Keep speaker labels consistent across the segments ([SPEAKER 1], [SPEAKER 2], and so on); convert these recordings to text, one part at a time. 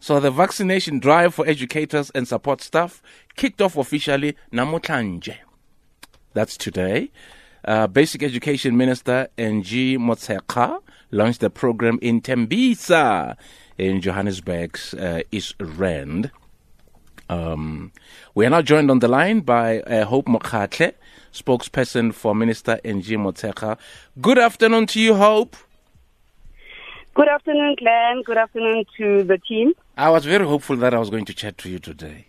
[SPEAKER 1] So the vaccination drive for educators and support staff kicked off officially namutlanje. That's today. Uh, Basic Education Minister NG Motseka launched the program in Tembisa in Johannesburg's uh, East Rand. Um, we are now joined on the line by uh, Hope Mokhatle, spokesperson for Minister NG Motseka. Good afternoon to you, Hope.
[SPEAKER 2] Good afternoon, Glenn. Good afternoon to the team.
[SPEAKER 1] I was very hopeful that I was going to chat to you today.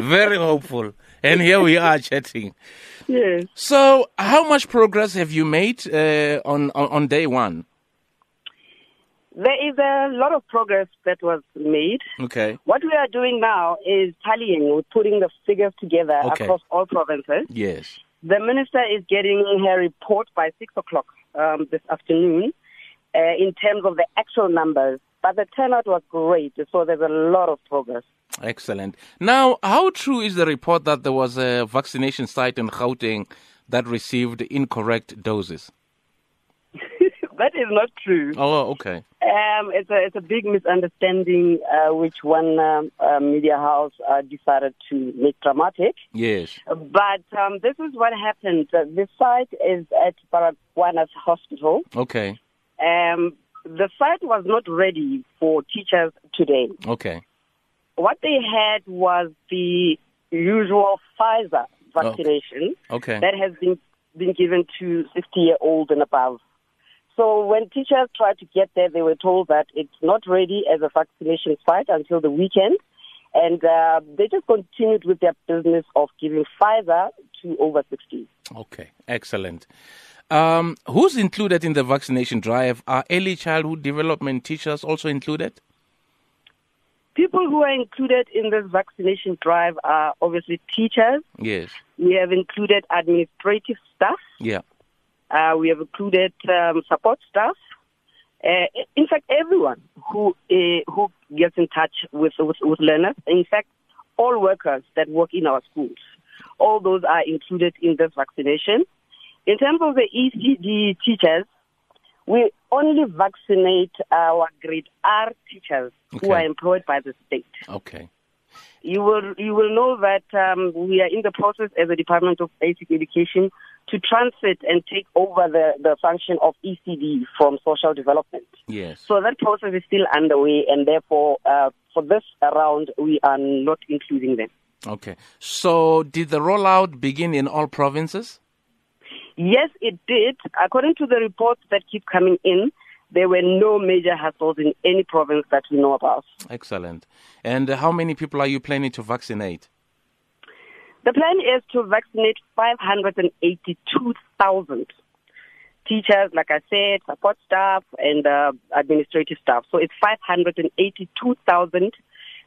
[SPEAKER 1] very hopeful. And here we are chatting.
[SPEAKER 2] Yes.
[SPEAKER 1] So, how much progress have you made uh, on, on on day one?
[SPEAKER 2] There is a lot of progress that was made.
[SPEAKER 1] Okay.
[SPEAKER 2] What we are doing now is tallying, we're putting the figures together
[SPEAKER 1] Okay.
[SPEAKER 2] across all provinces.
[SPEAKER 1] Yes.
[SPEAKER 2] The minister is getting her report by 6 o'clock um, this afternoon uh, in terms of the actual numbers. But the turnout was great, so there's a lot of progress.
[SPEAKER 1] Excellent. Now, how true is the report that there was a vaccination site in Gauteng that received incorrect doses?
[SPEAKER 2] that is not true.
[SPEAKER 1] Oh, okay.
[SPEAKER 2] Um, it's a it's a big misunderstanding uh, which one um, uh, media house uh, decided to make dramatic.
[SPEAKER 1] Yes.
[SPEAKER 2] But um, this is what happened. Uh, The site is at Baragwanath Hospital.
[SPEAKER 1] Okay.
[SPEAKER 2] Um, the site was not ready for teachers today.
[SPEAKER 1] Okay.
[SPEAKER 2] What they had was the usual Pfizer vaccination
[SPEAKER 1] Okay.
[SPEAKER 2] that has been been given to 60 year old and above. So when teachers tried to get there, they were told that it's not ready as a vaccination site until the weekend, and uh, they just continued with their business of giving Pfizer to over 60.
[SPEAKER 1] Okay. Excellent. Um, who's included in the vaccination drive? Are early childhood development teachers also included?
[SPEAKER 2] People who are included in this vaccination drive are obviously teachers.
[SPEAKER 1] Yes.
[SPEAKER 2] We have included administrative staff.
[SPEAKER 1] Yeah.
[SPEAKER 2] Uh, we have included um, support staff. Uh, in fact, everyone who uh, who gets in touch with, with with learners. In fact, all workers that work in our schools, all those are included in this vaccination. In terms of the ECD teachers, we only vaccinate our grade R teachers who
[SPEAKER 1] Okay.
[SPEAKER 2] are employed by the state.
[SPEAKER 1] Okay.
[SPEAKER 2] You will you will know that um, we are in the process as a Department of Basic Education to transit and take over the, the function of ECD from social development.
[SPEAKER 1] Yes.
[SPEAKER 2] So that process is still underway, and therefore, uh, for this round, we are not including them.
[SPEAKER 1] Okay. So, did the rollout begin in all provinces?
[SPEAKER 2] Yes, it did. According to the reports that keep coming in, there were no major hassles in any province that we know about.
[SPEAKER 1] Excellent. And how many people are you planning to vaccinate?
[SPEAKER 2] The plan is to vaccinate 582,000 teachers, like I said, support staff, and uh, administrative staff. So it's 582,000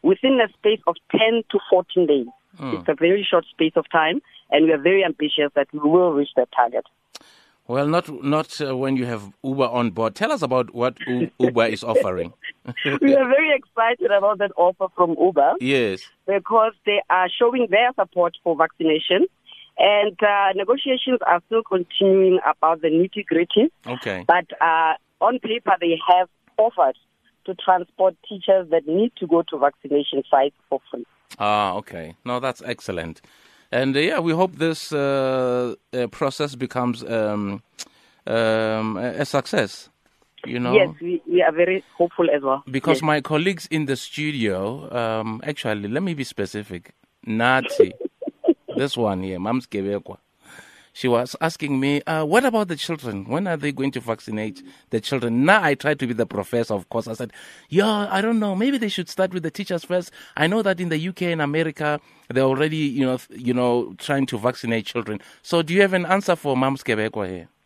[SPEAKER 2] within a space of 10 to 14 days. It's a very short space of time, and we are very ambitious that we will reach that target.
[SPEAKER 1] Well, not not uh, when you have Uber on board. Tell us about what U- Uber is offering.
[SPEAKER 2] we are very excited about that offer from Uber.
[SPEAKER 1] yes.
[SPEAKER 2] because they are showing their support for vaccination. And uh, negotiations are still continuing about the nitty gritty.
[SPEAKER 1] Okay.
[SPEAKER 2] But uh, on paper, they have offered to transport teachers that need to go to vaccination sites for free.
[SPEAKER 1] Ah, okay. No, that's excellent. And uh, yeah, we hope this uh, uh, process becomes um, um, a a success. You know.
[SPEAKER 2] Yes, we, we are very hopeful as well.
[SPEAKER 1] because
[SPEAKER 2] Yes.
[SPEAKER 1] my colleagues in the studio, um, actually, let me be specific. Nati, this one here, Mams Kebekwa, she was asking me, uh, what about the children? When are they going to vaccinate the children? Now I tried to be the professor, of course. I said, yeah, I don't know. Maybe they should start with the teachers first. I know that in the UK and America, they're already, you know, th- you know, trying to vaccinate children. So do you have an answer for Mams Kebekwa here?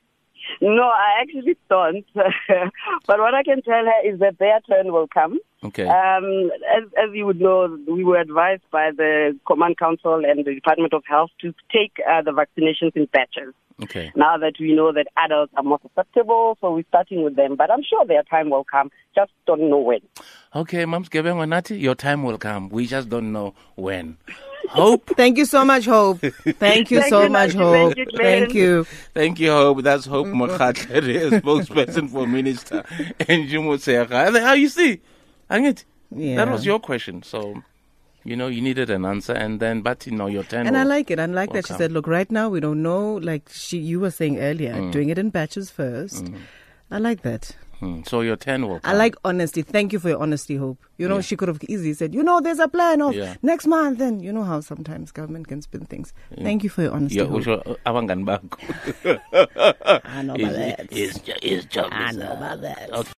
[SPEAKER 2] No, I actually don't. but what I can tell her is that their turn will come.
[SPEAKER 1] Okay.
[SPEAKER 2] Um, as, as you would know, we were advised by the Command Council and the Department of Health to take uh, the vaccinations in batches.
[SPEAKER 1] Okay.
[SPEAKER 2] Now that we know that adults are more susceptible, so we're starting with them. But I'm sure their time will come. Just don't know when.
[SPEAKER 1] Okay, Mums Gebengo Nati, your time will come. We just don't know when. Hope.
[SPEAKER 3] Thank you so much, Hope. Thank you
[SPEAKER 2] Thank
[SPEAKER 3] so
[SPEAKER 2] you,
[SPEAKER 3] much,
[SPEAKER 2] Nancy.
[SPEAKER 3] Hope.
[SPEAKER 2] Thank you, Glenn.
[SPEAKER 3] Thank you.
[SPEAKER 1] Thank you, Hope. That's Hope Mokhatlere, spokesperson for Minister Njumo Tsega. How you see? Angit, that
[SPEAKER 3] Yeah.
[SPEAKER 1] was your question. So, you know, you needed an answer. And then, but, you know, your turn.
[SPEAKER 3] And I
[SPEAKER 1] will-
[SPEAKER 3] like it. I like that she
[SPEAKER 1] welcome.
[SPEAKER 3] said, look, right now we don't know. Like she, you were saying earlier,
[SPEAKER 1] Mm.
[SPEAKER 3] doing it in batches first. I like that.
[SPEAKER 1] Hmm, so your turn will
[SPEAKER 3] I
[SPEAKER 1] come.
[SPEAKER 3] like honesty. Thank you for your honesty, Hope. You know, she could have easily said, you know, there's a plan of
[SPEAKER 1] Yeah.
[SPEAKER 3] next month. And you know how sometimes government can spin things. Thank you for your honesty.
[SPEAKER 1] Yeah,
[SPEAKER 3] Hope.
[SPEAKER 1] usho uh, abangani bakho.
[SPEAKER 3] I know about
[SPEAKER 1] Is-
[SPEAKER 3] that.
[SPEAKER 1] is- is job uh,
[SPEAKER 3] I
[SPEAKER 1] is-
[SPEAKER 3] know about that.